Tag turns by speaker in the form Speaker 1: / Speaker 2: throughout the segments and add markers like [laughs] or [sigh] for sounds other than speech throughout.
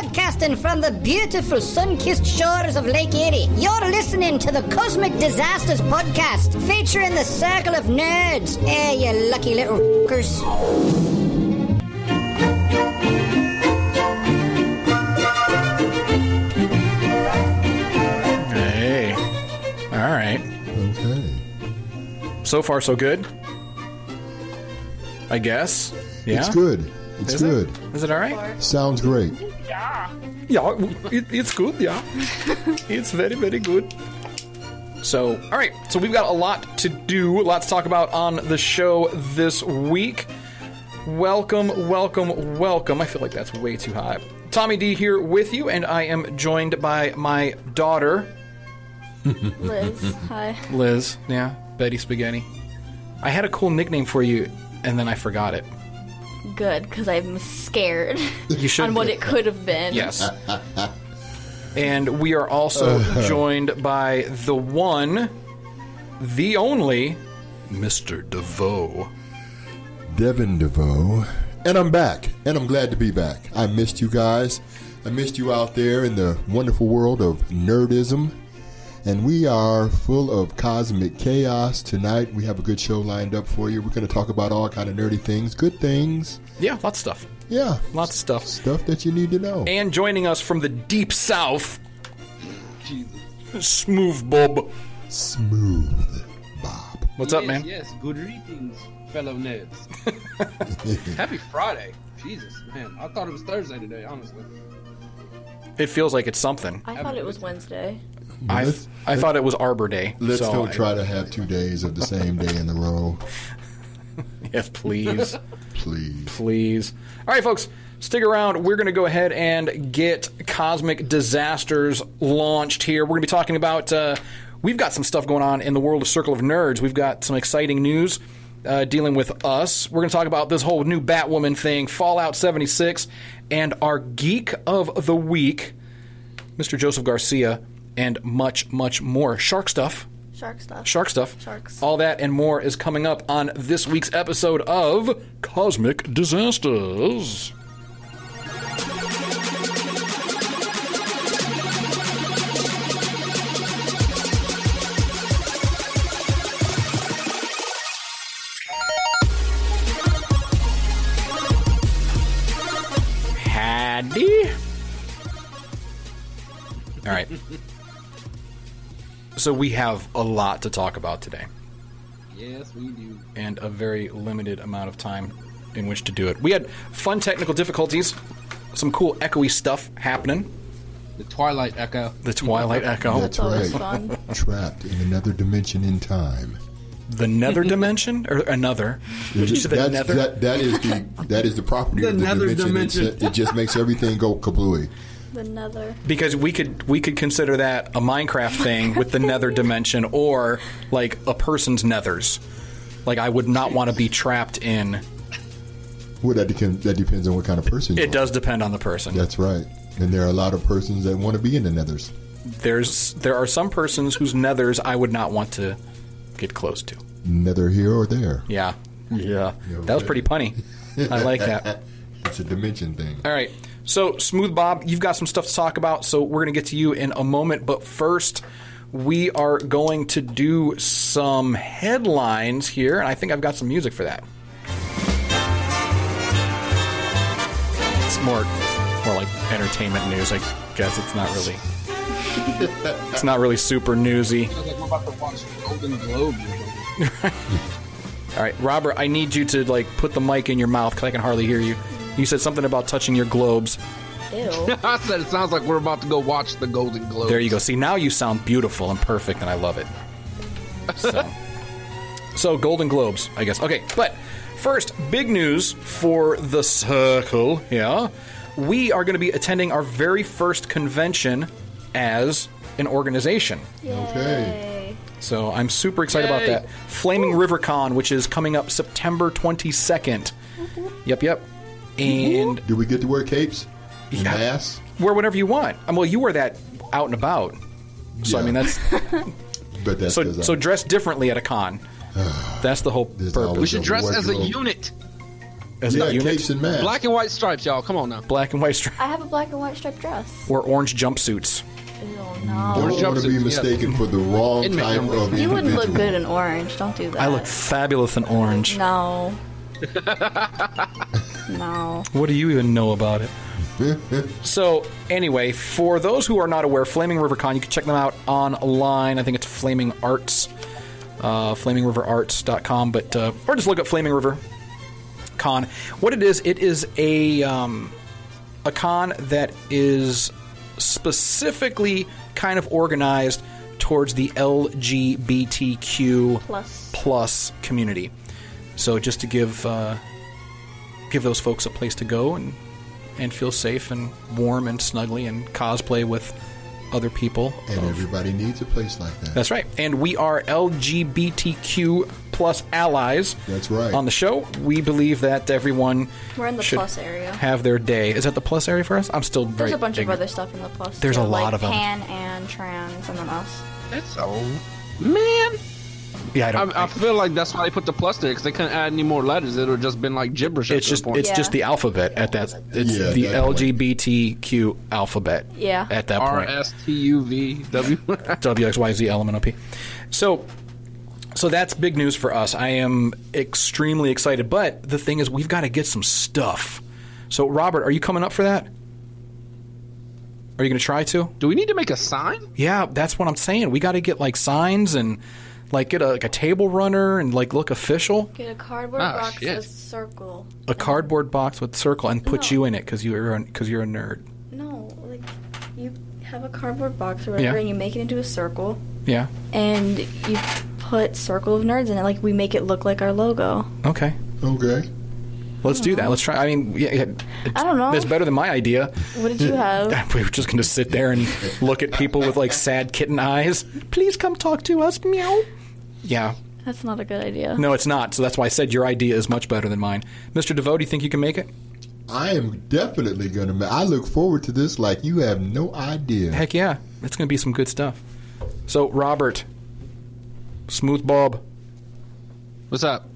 Speaker 1: broadcasting from the beautiful sun kissed shores of Lake Erie. You're listening to the Cosmic Disasters Podcast, featuring the Circle of Nerds. Hey, you lucky little fuckers.
Speaker 2: Hey. All right.
Speaker 3: Okay.
Speaker 2: So far, so good. I guess. Yeah.
Speaker 3: It's good. It's
Speaker 2: Is it?
Speaker 3: good.
Speaker 2: Is it all right?
Speaker 3: Sounds great.
Speaker 2: Yeah, it, it's good. Yeah, it's very, very good. So, all right. So we've got a lot to do, lots to talk about on the show this week. Welcome, welcome, welcome. I feel like that's way too high. Tommy D here with you, and I am joined by my daughter,
Speaker 4: Liz,
Speaker 2: Mm-hmm.
Speaker 4: hi.
Speaker 2: Liz. Yeah, Betty Spaghetti. I had a cool nickname for you, and then I forgot it.
Speaker 4: Good, because I'm
Speaker 2: [laughs]
Speaker 4: scared
Speaker 2: You should.
Speaker 4: on what it could have been.
Speaker 2: [laughs]
Speaker 4: [laughs]
Speaker 2: Yes. and we are also
Speaker 3: Uh, [laughs]
Speaker 2: joined by the one, the only, Mr. DeVoe.
Speaker 3: Devin DeVoe. And I'm back. And I'm glad to be back. I missed you guys. I missed you out there in the wonderful world of nerdism. And we are full of cosmic chaos tonight. We have a good show lined up for you. We're going to talk about all kind of nerdy things, good things.
Speaker 2: Yeah, lots of stuff.
Speaker 3: Yeah.
Speaker 2: Lots of stuff.
Speaker 3: Stuff that you need to know.
Speaker 2: And joining us from the deep south, Smooth Bob.
Speaker 3: Smooth Bob. [laughs]
Speaker 2: What's up,
Speaker 5: yes,
Speaker 2: man?
Speaker 5: Yes, good greetings, fellow nerds. Happy Friday. Jesus, man. I thought it was Thursday today, honestly.
Speaker 2: It feels like it's something.
Speaker 4: I thought it was Wednesday.
Speaker 2: I,
Speaker 3: Let's-
Speaker 2: I thought it was Arbor Day.
Speaker 3: Let's
Speaker 2: so
Speaker 3: don't
Speaker 2: I- [laughs]
Speaker 3: try to have two days of the same day in a row,
Speaker 2: Yes,
Speaker 3: [laughs]
Speaker 2: please.
Speaker 3: please.
Speaker 2: please. All right, folks, stick around. We're going to go ahead and get Cosmic Disasters launched here. We're going to be talking about. Uh, we've got some stuff going on in the world of Circle of Nerds. We've got some exciting news. Uh, dealing with us. We're going to talk about this whole new Batwoman thing, Fallout 76, and our Geek of the Week, Mr. Joseph Garcia, and much, much more. Shark stuff.
Speaker 4: Shark stuff.
Speaker 2: Shark stuff.
Speaker 4: Sharks.
Speaker 2: All that and more is coming up on this week's episode of Cosmic Disasters. Howdy. All right. So we have a lot to talk about today,
Speaker 5: Yes, we do.
Speaker 2: and a very limited amount of time in which to do it. We had fun technical difficulties, some cool echoey stuff happening.
Speaker 5: The Twilight Echo.
Speaker 2: The Twilight Echo,
Speaker 3: That's
Speaker 4: It's always
Speaker 2: [laughs]
Speaker 3: right.
Speaker 4: fun.
Speaker 3: Trapped in another dimension in time.
Speaker 2: the
Speaker 3: [laughs]
Speaker 2: Nether Dimension, or another. Did you say the
Speaker 3: That's-
Speaker 2: Nether?
Speaker 3: that- that is the that is the property
Speaker 5: The
Speaker 3: of the
Speaker 5: nether
Speaker 3: dimension.
Speaker 5: dimension.
Speaker 3: It's- It, just makes everything go kablooey.
Speaker 4: The nether.
Speaker 2: because we could we could consider that a Minecraft thing with the Nether Dimension, or like a person's nethers. Like I would not want to be trapped in.
Speaker 3: Well, that, depends, that depends on what kind of person you
Speaker 2: It
Speaker 3: are.
Speaker 2: does depend on the person.
Speaker 3: That's right. And there are a lot of persons that want to be in the nethers.
Speaker 2: There's there are some persons whose nethers I would not want to get close to.
Speaker 3: Nether here or there.
Speaker 2: Yeah. Yeah. That was pretty punny. I like that.
Speaker 3: It's a dimension thing.
Speaker 2: All right. So, Smooth Bob, you've got some stuff to talk about, so we're going to get to you in a moment. But first, we are going to do some headlines here, and I think I've got some music for that. It's more, more like entertainment news, I guess. It's not really, it's not really super newsy.
Speaker 5: Sounds like I'm about to watch Golden Globe. [laughs] or something.
Speaker 2: All right, Robert, I need you to like put the mic in your mouth because I can hardly hear you. You said something about touching your globes. [laughs]
Speaker 4: Ew.
Speaker 5: I said it sounds like we're about to go watch the Golden Globe.
Speaker 2: There you go. See, now you sound beautiful and perfect, and I love it. So, so Golden Globes, I guess. Okay, but first, big news for the circle. Yeah, we are going to be attending our very first convention as an organization.
Speaker 3: Okay.
Speaker 4: Yay.
Speaker 2: So I'm super excited about
Speaker 5: Yay.
Speaker 2: that. Flaming River Con, which is coming up September 22nd. Yep, yep. And
Speaker 3: Do we get to wear capes? And Masks?
Speaker 2: wear whatever you want. Um, well, you wear that out and about. So I
Speaker 3: Yeah.
Speaker 2: mean,
Speaker 3: [laughs]
Speaker 2: that's
Speaker 3: But that's
Speaker 2: So,
Speaker 3: 'cause I-
Speaker 2: so
Speaker 3: [sighs]
Speaker 2: dress differently at a con. That's the whole
Speaker 3: There's
Speaker 2: purpose.
Speaker 3: always
Speaker 5: We should dress as a
Speaker 3: wardrobe.
Speaker 5: unit.
Speaker 2: as
Speaker 3: yeah,
Speaker 2: a unit.
Speaker 3: capes and masks.
Speaker 5: Black and white stripes, y'all. Come on now.
Speaker 2: Black and white stripes
Speaker 4: I have a black and white striped dress.
Speaker 2: or orange jumpsuits.
Speaker 4: Ew,
Speaker 3: I
Speaker 4: no.
Speaker 5: Orange
Speaker 3: don't want to be
Speaker 5: jumpsuits, yeah.
Speaker 3: mistaken for the wrong
Speaker 5: Inmate
Speaker 3: type
Speaker 5: numbers.
Speaker 3: of
Speaker 5: You
Speaker 4: You wouldn't
Speaker 2: [laughs]
Speaker 4: look
Speaker 3: individual.
Speaker 4: good in orange. Don't do that.
Speaker 2: I look fabulous in orange. [laughs]
Speaker 4: No. no.
Speaker 2: What do you even know about it? so, anyway, for those who are not aware, Flaming River Con, you can check them out online. I think it's Flaming Arts, uh, flamingroverarts.com, but uh, or just look up Flaming River Con. What it is, it is a um, a con that is specifically kind of organized towards the LGBTQ
Speaker 4: Plus.
Speaker 2: plus community. So just to give uh, give those folks a place to go and and feel safe and warm and snuggly and cosplay with other people.
Speaker 3: [laughs] And everybody needs a place like that.
Speaker 2: That's right. And we are LGBTQ plus allies.
Speaker 3: That's right.
Speaker 2: On the show, we believe that everyone
Speaker 4: We're in the
Speaker 2: should
Speaker 4: plus area.
Speaker 2: Have their day. Is that the plus area for us? I'm still
Speaker 4: There's
Speaker 2: very
Speaker 4: a bunch
Speaker 2: ignorant.
Speaker 4: of other stuff in the plus.
Speaker 2: There's
Speaker 4: too,
Speaker 2: a lot
Speaker 4: like
Speaker 2: of 'em.
Speaker 4: Pan and trans and then us.
Speaker 5: That's old. Man,
Speaker 2: Yeah, I don't.
Speaker 5: I, I feel like that's why they put the plus there because they couldn't add any more letters. It would have just been like gibberish. at
Speaker 2: it's
Speaker 5: that
Speaker 2: just
Speaker 5: point.
Speaker 2: it's
Speaker 4: Yeah.
Speaker 2: just the alphabet at that. It's
Speaker 3: Yeah,
Speaker 2: the
Speaker 3: definitely.
Speaker 2: LGBTQ alphabet.
Speaker 4: Yeah.
Speaker 2: At that
Speaker 5: R
Speaker 2: point.
Speaker 5: S T U V W. [laughs]
Speaker 2: WXYZ element OP. So, so that's big news for us. I am extremely excited. But the thing is, we've got to get some stuff. So, Robert, are you coming up for that? Are you going to try to?
Speaker 5: Do we need to make a sign?
Speaker 2: Yeah, that's what I'm saying. We got to get like signs and like get a, like a table runner and like look official.
Speaker 4: Get a cardboard
Speaker 5: Ah,
Speaker 4: box
Speaker 5: shit.
Speaker 4: with circle.
Speaker 2: A cardboard box with circle and put you in it because you're because you're a nerd.
Speaker 4: No, like you have a cardboard box or whatever,
Speaker 2: Yeah.
Speaker 4: and you make it into a circle,
Speaker 2: Yeah.
Speaker 4: and you put circle of nerds in it. Like we make it look like our logo.
Speaker 2: Okay.
Speaker 3: Okay.
Speaker 2: Let's do that. Let's try. I mean, yeah, yeah,
Speaker 4: I don't know.
Speaker 2: that's better than my idea.
Speaker 4: What did you
Speaker 2: [laughs]
Speaker 4: have?
Speaker 2: we were just going to sit there and look at people with like sad kitten eyes. Please come talk to us, meow. Yeah,
Speaker 4: That's not a good idea.
Speaker 2: no, it's not. So that's why I said your idea is much better than mine, Mr. DeVoe. Do you think you can make it?
Speaker 3: I am definitely going to. Ma- I look forward to this like you have no idea.
Speaker 2: Heck yeah, it's going to be some good stuff. So Robert, Smooth Bob,
Speaker 5: What's up?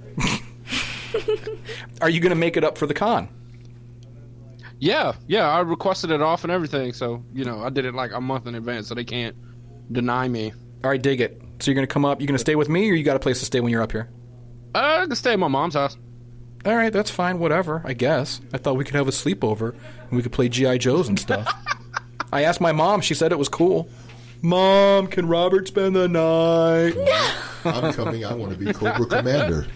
Speaker 2: are you going to make it up for the con?
Speaker 5: Yeah, yeah. I requested it off and everything, so you know I did it like a month in advance, so they can't deny me.
Speaker 2: All right, dig it. So you're going to come up. You're going to stay with me, or you got a place to stay when you're up here?
Speaker 5: Uh, I can stay at my mom's house.
Speaker 2: All right, that's fine. Whatever, I guess. I thought we could have a sleepover and we could play GI Joes and
Speaker 3: [laughs]
Speaker 2: stuff. I asked my mom. She said it was cool. Mom, can Robert spend the night?
Speaker 3: I'm coming. I want to
Speaker 2: [laughs]
Speaker 3: be Cobra Commander.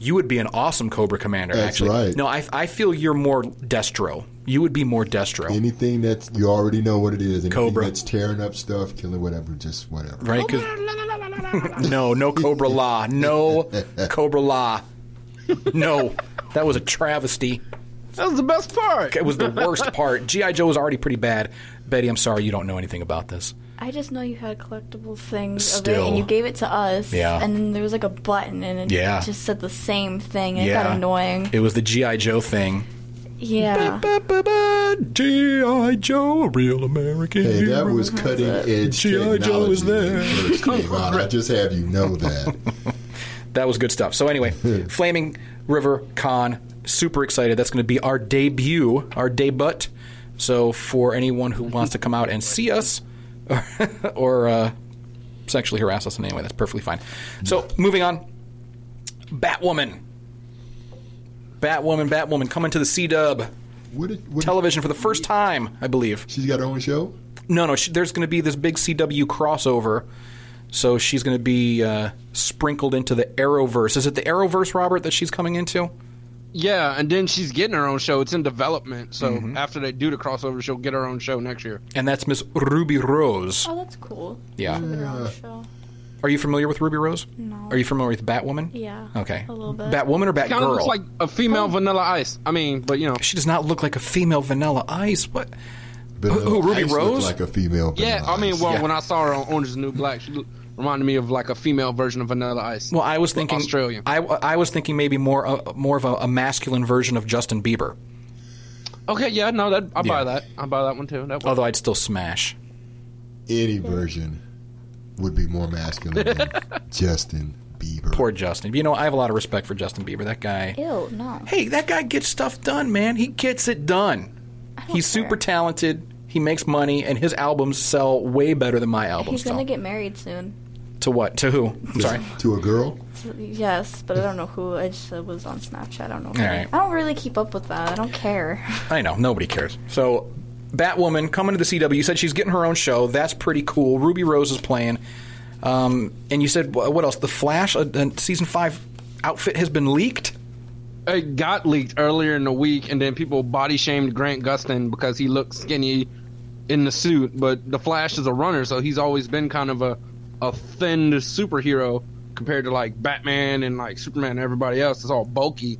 Speaker 2: You would be an awesome Cobra Commander.
Speaker 3: That's
Speaker 2: actually.
Speaker 3: right.
Speaker 2: No, I, I feel you're more Destro. You would be more Destro,
Speaker 3: Anything that's you already know what it is. Anything
Speaker 2: Cobra.
Speaker 3: that's tearing up stuff, killing whatever, just whatever.
Speaker 2: right? 'Cause- no, no
Speaker 3: [laughs]
Speaker 2: Cobra Law. No Cobra Law. No, that was a travesty.
Speaker 5: That was the best part.
Speaker 2: It was the worst part. GI Joe was already pretty bad. Betty, I'm sorry you don't know anything about this.
Speaker 4: I just know you had collectible things of it,
Speaker 2: Still.
Speaker 4: and you gave it to us.
Speaker 2: Yeah.
Speaker 4: And then there was like a button, and it
Speaker 2: Yeah.
Speaker 4: just said the same thing. And It
Speaker 2: Yeah.
Speaker 4: got annoying.
Speaker 2: It was the GI Joe thing.
Speaker 4: yeah.
Speaker 2: G.I. Joe, a real American
Speaker 3: Hey, that was cutting edge
Speaker 2: G.I.
Speaker 3: technology.
Speaker 2: Joe is
Speaker 3: when
Speaker 2: there.
Speaker 3: it first came out. I just have
Speaker 2: [laughs]
Speaker 3: you know that.
Speaker 2: That was good stuff. So anyway, Flaming River Con, super excited. That's going to be our debut, our debut. So for anyone who wants to come out and see us [laughs] or, or uh, sexually harass us in any way, that's perfectly fine. So moving on, Batwoman. Batwoman, Batwoman, coming to the C Dub
Speaker 3: What did, what
Speaker 2: television for the first time, I believe.
Speaker 3: She's got her own show.
Speaker 2: No, no. She, there's going to be this big CW crossover, so she's going to be uh, sprinkled into the Arrowverse. Is it the Arrowverse, Robert, that she's coming into?
Speaker 5: Yeah, and then she's getting her own show. It's in development, so
Speaker 2: Mm-hmm.
Speaker 5: after they do the crossover, she'll get her own show next year.
Speaker 2: And that's Miss Ruby Rose.
Speaker 4: Oh, that's cool.
Speaker 2: Yeah.
Speaker 4: Put it on the show.
Speaker 2: Are you familiar with Ruby Rose? No. Are you familiar with Batwoman?
Speaker 4: Yeah.
Speaker 2: Okay.
Speaker 4: A little bit.
Speaker 2: Batwoman or
Speaker 5: Kind of
Speaker 2: Batgirl?
Speaker 5: looks like a female Vanilla Ice. I mean, but you know,
Speaker 2: she does not look like a female Vanilla Ice. What?
Speaker 3: Vanilla
Speaker 2: Uh, who, Ruby
Speaker 3: Ice looked
Speaker 2: Rose?
Speaker 3: like a female.
Speaker 5: yeah.
Speaker 3: Vanilla
Speaker 5: I mean,
Speaker 3: Ice.
Speaker 5: well,
Speaker 2: Yeah.
Speaker 5: when I saw her on Orange Is the New Black, she lo- reminded me of like a female version of Vanilla Ice.
Speaker 2: Well, I was thinking
Speaker 5: Australian.
Speaker 2: I, I was thinking maybe more uh, more of a, a masculine version of Justin Bieber.
Speaker 5: okay, yeah, no, that I
Speaker 2: Yeah.
Speaker 5: buy that. I buy that one too. That one.
Speaker 2: Although I'd still smash. [laughs]
Speaker 3: any version would be more masculine than Justin Bieber.
Speaker 2: Poor Justin. You know, I have a lot of respect for Justin Bieber. That guy.
Speaker 4: Ew, no.
Speaker 2: Hey, that guy gets stuff done, man. He gets it done. He's super
Speaker 4: care.
Speaker 2: talented. He makes money, and his albums sell way better than my albums
Speaker 4: He's
Speaker 2: sell.
Speaker 4: gonna get married soon.
Speaker 2: to what? To who? I'm sorry.
Speaker 3: To a girl?
Speaker 4: Yes, but I don't know who. I just uh, was on Snapchat. I don't know.
Speaker 2: All right.
Speaker 4: I don't really keep up with that. I don't care. [laughs]
Speaker 2: I know nobody cares. So, Batwoman coming to the CW. You said she's getting her own show. That's pretty cool. Ruby Rose is playing. Um, and you said wh- what else? The Flash, uh, uh, season five outfit has been leaked.
Speaker 5: It got leaked earlier in the week, and then people body shamed Grant Gustin because he looked skinny in the suit. But the Flash is a runner, so he's always been kind of a a thin superhero compared to like Batman and like Superman and everybody else. It's all bulky.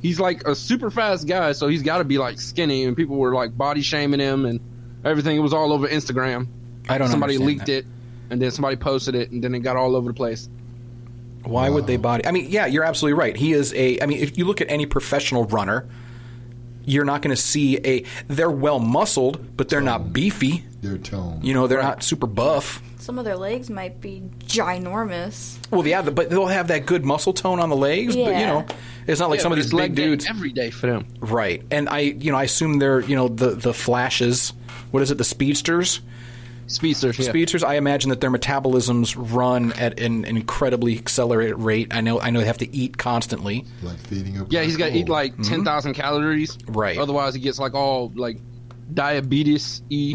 Speaker 5: He's like a super fast guy, so he's got to be like skinny. And people were like body shaming him and everything. It was all over Instagram.
Speaker 2: I don't.
Speaker 5: somebody
Speaker 2: understand
Speaker 5: leaked
Speaker 2: that.
Speaker 5: it, and then somebody posted it, and then it got all over the place.
Speaker 2: Why would they body? I mean, yeah, you're absolutely right. He is a. I mean, if you look at any professional runner, you're not going to see a. They're well muscled, but they're not beefy.
Speaker 3: Their tone.
Speaker 2: You know, they're not super buff.
Speaker 4: Some of their legs might be ginormous.
Speaker 2: Well, yeah, the- but they'll have that good muscle tone on the legs. But you
Speaker 4: Yeah.
Speaker 2: know, it's not like some of these
Speaker 5: It's like
Speaker 2: big
Speaker 5: that
Speaker 2: dudes.
Speaker 5: every day for them.
Speaker 2: Right, and I, you know, I assume they're, you know, the the flashes. What is it? The speedsters.
Speaker 5: Speedsters, yeah.
Speaker 2: Speedsters. I imagine that their metabolisms run at an incredibly accelerated rate. I know. I know they have to eat constantly.
Speaker 3: Like "Oh, feeding a
Speaker 5: Yeah, he's got to eat
Speaker 3: black
Speaker 5: like ten thousand calories.
Speaker 2: Mm-hmm. Right.
Speaker 5: Otherwise, he gets like all like diabetes.
Speaker 2: [laughs]
Speaker 5: E.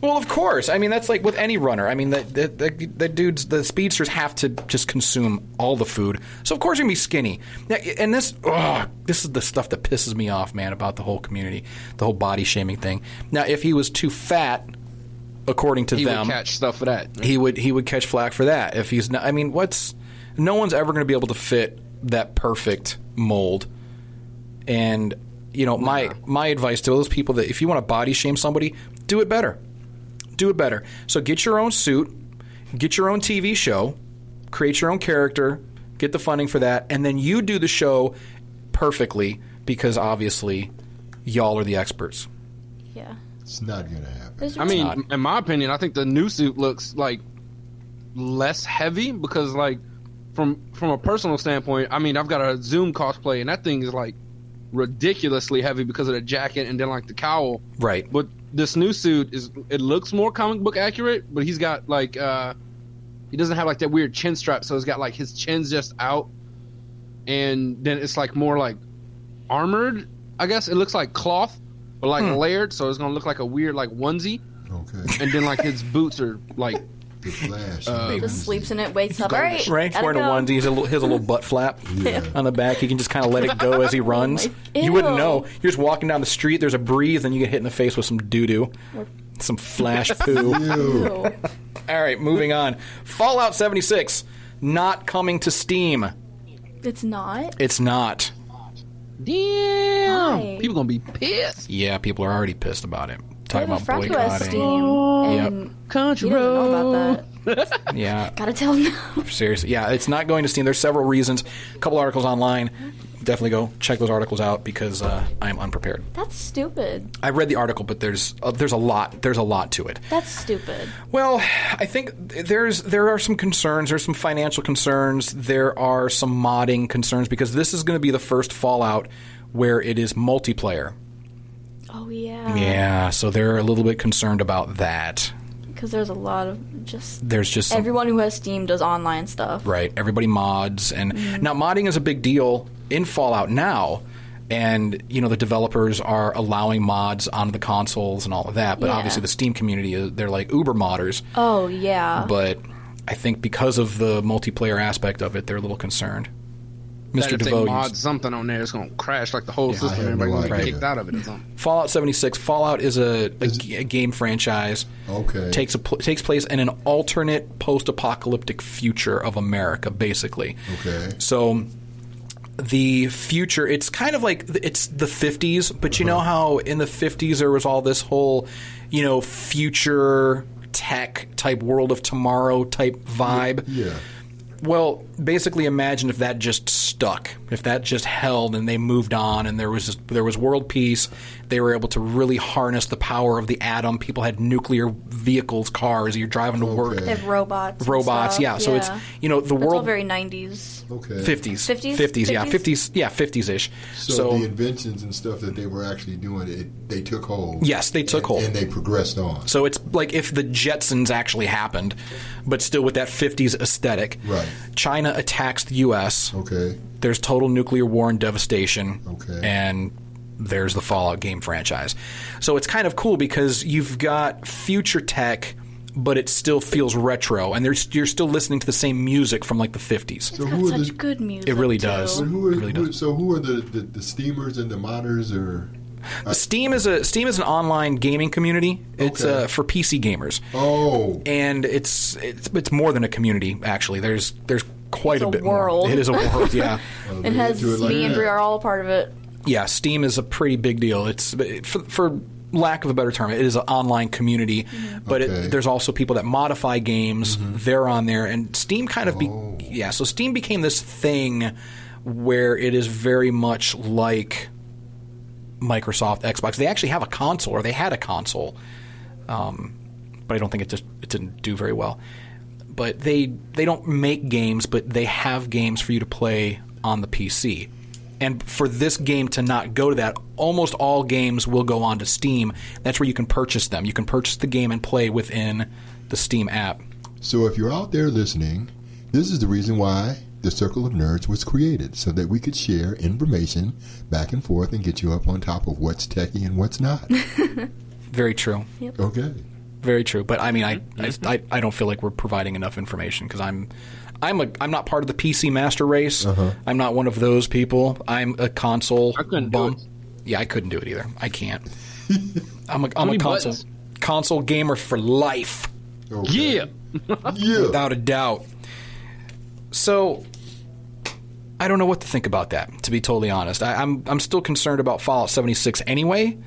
Speaker 2: Well, of course. I mean, that's like with any runner. I mean, the the, the, the dudes, the speedsters have to just consume all the food. So of course you're gonna be skinny. Now, And this, ugh, this is the stuff that pisses me off, man, about the whole community, the whole body shaming thing. Now, if he was too fat, according to
Speaker 5: he
Speaker 2: them,
Speaker 5: would catch stuff for that.
Speaker 2: he would he would catch flack for that. If he's not, I mean, what's no one's ever going to be able to fit that perfect mold. And you know, my my advice to those people that if you want to body shame somebody, do it better. Do it better. So get your own suit, get your own TV show, create your own character, get the funding for that, and then you do the show perfectly because obviously y'all are the experts.
Speaker 4: Yeah.
Speaker 3: It's not going to happen.
Speaker 4: Those are
Speaker 5: I mean,
Speaker 2: not.
Speaker 5: in my opinion, I think the new suit looks like less heavy because like from from a personal standpoint, I mean, I've got a Zoom cosplay and that thing is like ridiculously heavy because of the jacket and then like the cowl.
Speaker 2: Right.
Speaker 5: But this new suit is it looks more comic book accurate, but he's got like uh he doesn't have like that weird chin strap, so he's got like his chin's just out and then it's like more like armored, I guess. It looks like cloth, but like
Speaker 4: Hmm.
Speaker 5: layered, so it's gonna look like a weird like onesie.
Speaker 3: Okay.
Speaker 5: [laughs] And uh, then like
Speaker 4: [laughs]
Speaker 5: his boots are like
Speaker 3: the flash.
Speaker 5: um,
Speaker 4: just sleeps in it, wakes up. All right.
Speaker 2: Right,
Speaker 4: gotta
Speaker 2: wearing a
Speaker 4: go.
Speaker 2: onesie, he's a little, he has a little butt flap
Speaker 3: Yeah.
Speaker 2: on the back. He can just kind of let it go
Speaker 4: [laughs]
Speaker 2: as he runs.
Speaker 4: Oh my-
Speaker 2: you wouldn't
Speaker 4: Ew.
Speaker 2: know. You're just walking down the street. There's a breeze, and you get hit in the face with some doo doo, some flash
Speaker 4: [laughs]
Speaker 2: poo.
Speaker 3: Ew.
Speaker 4: Ew.
Speaker 2: All right, moving on. Fallout 76 not coming to Steam.
Speaker 4: It's
Speaker 2: [laughs]
Speaker 4: not.
Speaker 2: It's not.
Speaker 5: damn
Speaker 4: Why?
Speaker 5: people gonna be pissed.
Speaker 2: Yeah, people are already pissed about it.
Speaker 4: I
Speaker 2: Talking
Speaker 4: have a
Speaker 2: about
Speaker 4: friend who has Steam,
Speaker 2: boycotting.
Speaker 4: and he
Speaker 5: Country
Speaker 4: doesn't know
Speaker 5: road.
Speaker 4: about that.
Speaker 2: Yeah,
Speaker 4: Gotta tell him. now.
Speaker 2: Seriously, yeah, it's not going to Steam. There's several reasons. A couple articles online. Definitely go check those articles out because uh, I'm unprepared.
Speaker 4: [laughs] That's stupid.
Speaker 2: I read the article, but there's uh, there's a lot there's a lot to it.
Speaker 4: That's stupid.
Speaker 2: Well, I think th- there's there are some concerns. There's some financial concerns. There are some modding concerns because this is going to be the first Fallout where it is multiplayer.
Speaker 4: Oh yeah.
Speaker 2: Yeah, so they're a little bit concerned about that.
Speaker 4: Because there's a lot of just
Speaker 2: There's just some,
Speaker 4: everyone who has Steam does online stuff.
Speaker 2: right. Everybody mods, and now modding is a big deal in Fallout now. And you know the developers are allowing mods on the consoles and all of that, but
Speaker 4: Yeah.
Speaker 2: obviously the Steam community uh, they're like Uber modders.
Speaker 4: Oh yeah.
Speaker 2: but I think because of the multiplayer aspect of it, they're a little concerned.
Speaker 5: That
Speaker 2: Mr.
Speaker 5: if they
Speaker 2: DeVoe,
Speaker 5: mod
Speaker 2: used-
Speaker 5: something on there, it's gonna crash like the whole
Speaker 3: I
Speaker 5: system.
Speaker 3: have
Speaker 5: Everybody's
Speaker 3: no
Speaker 5: gonna get
Speaker 3: idea.
Speaker 5: kicked out of it or something.
Speaker 2: Fallout 76. Fallout is a, a g- a game franchise.
Speaker 3: Okay.
Speaker 2: Takes a pl- takes place in an alternate post-apocalyptic future of America, basically.
Speaker 3: Okay.
Speaker 2: So the future it's kind of like th- it's the 50s but you know
Speaker 3: Uh-huh.
Speaker 2: how in the 50s there was all this whole you know future tech type world of tomorrow type vibe
Speaker 3: Yeah.
Speaker 2: Well, basically, imagine if that just stuck, if that just held, and they moved on, and there was there was world peace. They were able to really harness the power of the atom. People had nuclear vehicles, cars. You're driving to work,
Speaker 3: Okay.
Speaker 4: They have robots. and
Speaker 2: robots.
Speaker 4: stuff,
Speaker 2: Yeah, so it's you know the
Speaker 4: That's all
Speaker 2: world
Speaker 4: very 90s.
Speaker 3: Okay.
Speaker 2: 50s,
Speaker 4: 50s?
Speaker 2: 50s, yeah,
Speaker 4: 50s?
Speaker 2: 50s, yeah, 50s ish.
Speaker 3: So, the inventions and stuff that they were actually doing, it they took hold.
Speaker 2: Yes, they took
Speaker 3: and,
Speaker 2: hold.
Speaker 3: and they progressed on.
Speaker 2: So it's like if the Jetsons actually happened, but still with that 50s aesthetic.
Speaker 3: Right. Oh,
Speaker 2: China attacks the U.S.
Speaker 3: Okay.
Speaker 2: There's total nuclear war and devastation.
Speaker 3: Okay.
Speaker 2: And there's the Fallout game franchise. So it's kind of cool because you've got future tech, but it still feels retro, and there's, you're still listening to the same music from like the 50s.
Speaker 3: So
Speaker 4: It's
Speaker 3: who
Speaker 4: got
Speaker 3: are
Speaker 4: such
Speaker 3: the-
Speaker 4: good music.
Speaker 2: It really
Speaker 4: too.
Speaker 2: does.
Speaker 3: But who are,
Speaker 2: It really
Speaker 3: who-
Speaker 2: does.
Speaker 3: so who are the, the, the steamers and the monitors or uh,
Speaker 2: Steam is a Steam is an online gaming community. It's
Speaker 3: Okay.
Speaker 2: uh, for PC gamers.
Speaker 3: oh
Speaker 2: and it's it's it's more than a community actually. There's there's quite
Speaker 4: It's
Speaker 2: a
Speaker 4: a
Speaker 2: bit
Speaker 4: world.
Speaker 2: more. It is a
Speaker 4: [laughs]
Speaker 2: world, yeah.
Speaker 4: It has
Speaker 3: Do it like
Speaker 4: me and
Speaker 3: that.
Speaker 4: Brie are all part of it.
Speaker 2: yeah, Steam is a pretty big deal. It's for, for lack of a better term, it is an online community, but
Speaker 3: Okay.
Speaker 2: it, there's also people that modify games. They're on there, and Steam kind of be, yeah. So Steam became this thing where it is very much like Microsoft Xbox. They actually have a console, or they had a console, um, but I don't think it just it didn't do very well. But they they don't make games, but they have games for you to play on the PC. And for this game to not go to that, almost all games will go on to Steam. That's where you can purchase them. You can purchase the game and play within the Steam app.
Speaker 3: So if you're out there listening, this is the reason why the Circle of Nerds was created, so that we could share information back and forth and get you up on top of what's techie and what's not.
Speaker 2: Very true.
Speaker 3: Okay.
Speaker 2: Very true. But I mean, I,
Speaker 5: Mm-hmm.
Speaker 2: I, I don't feel like we're providing enough information because I'm. I'm a. I'm not part of the PC master race. I'm not one of those people. I'm a console.
Speaker 5: I couldn't do
Speaker 2: bum.
Speaker 5: it.
Speaker 2: Yeah, I couldn't do it either. I can't. I'm a. I'm a
Speaker 5: many
Speaker 2: console
Speaker 5: buttons?
Speaker 2: console gamer for life,
Speaker 3: okay.
Speaker 5: Yeah.
Speaker 3: Yeah.
Speaker 2: without a doubt. So, I don't know what to think about that. To be totally honest, I, I'm. I'm still concerned about Fallout 76 anyway.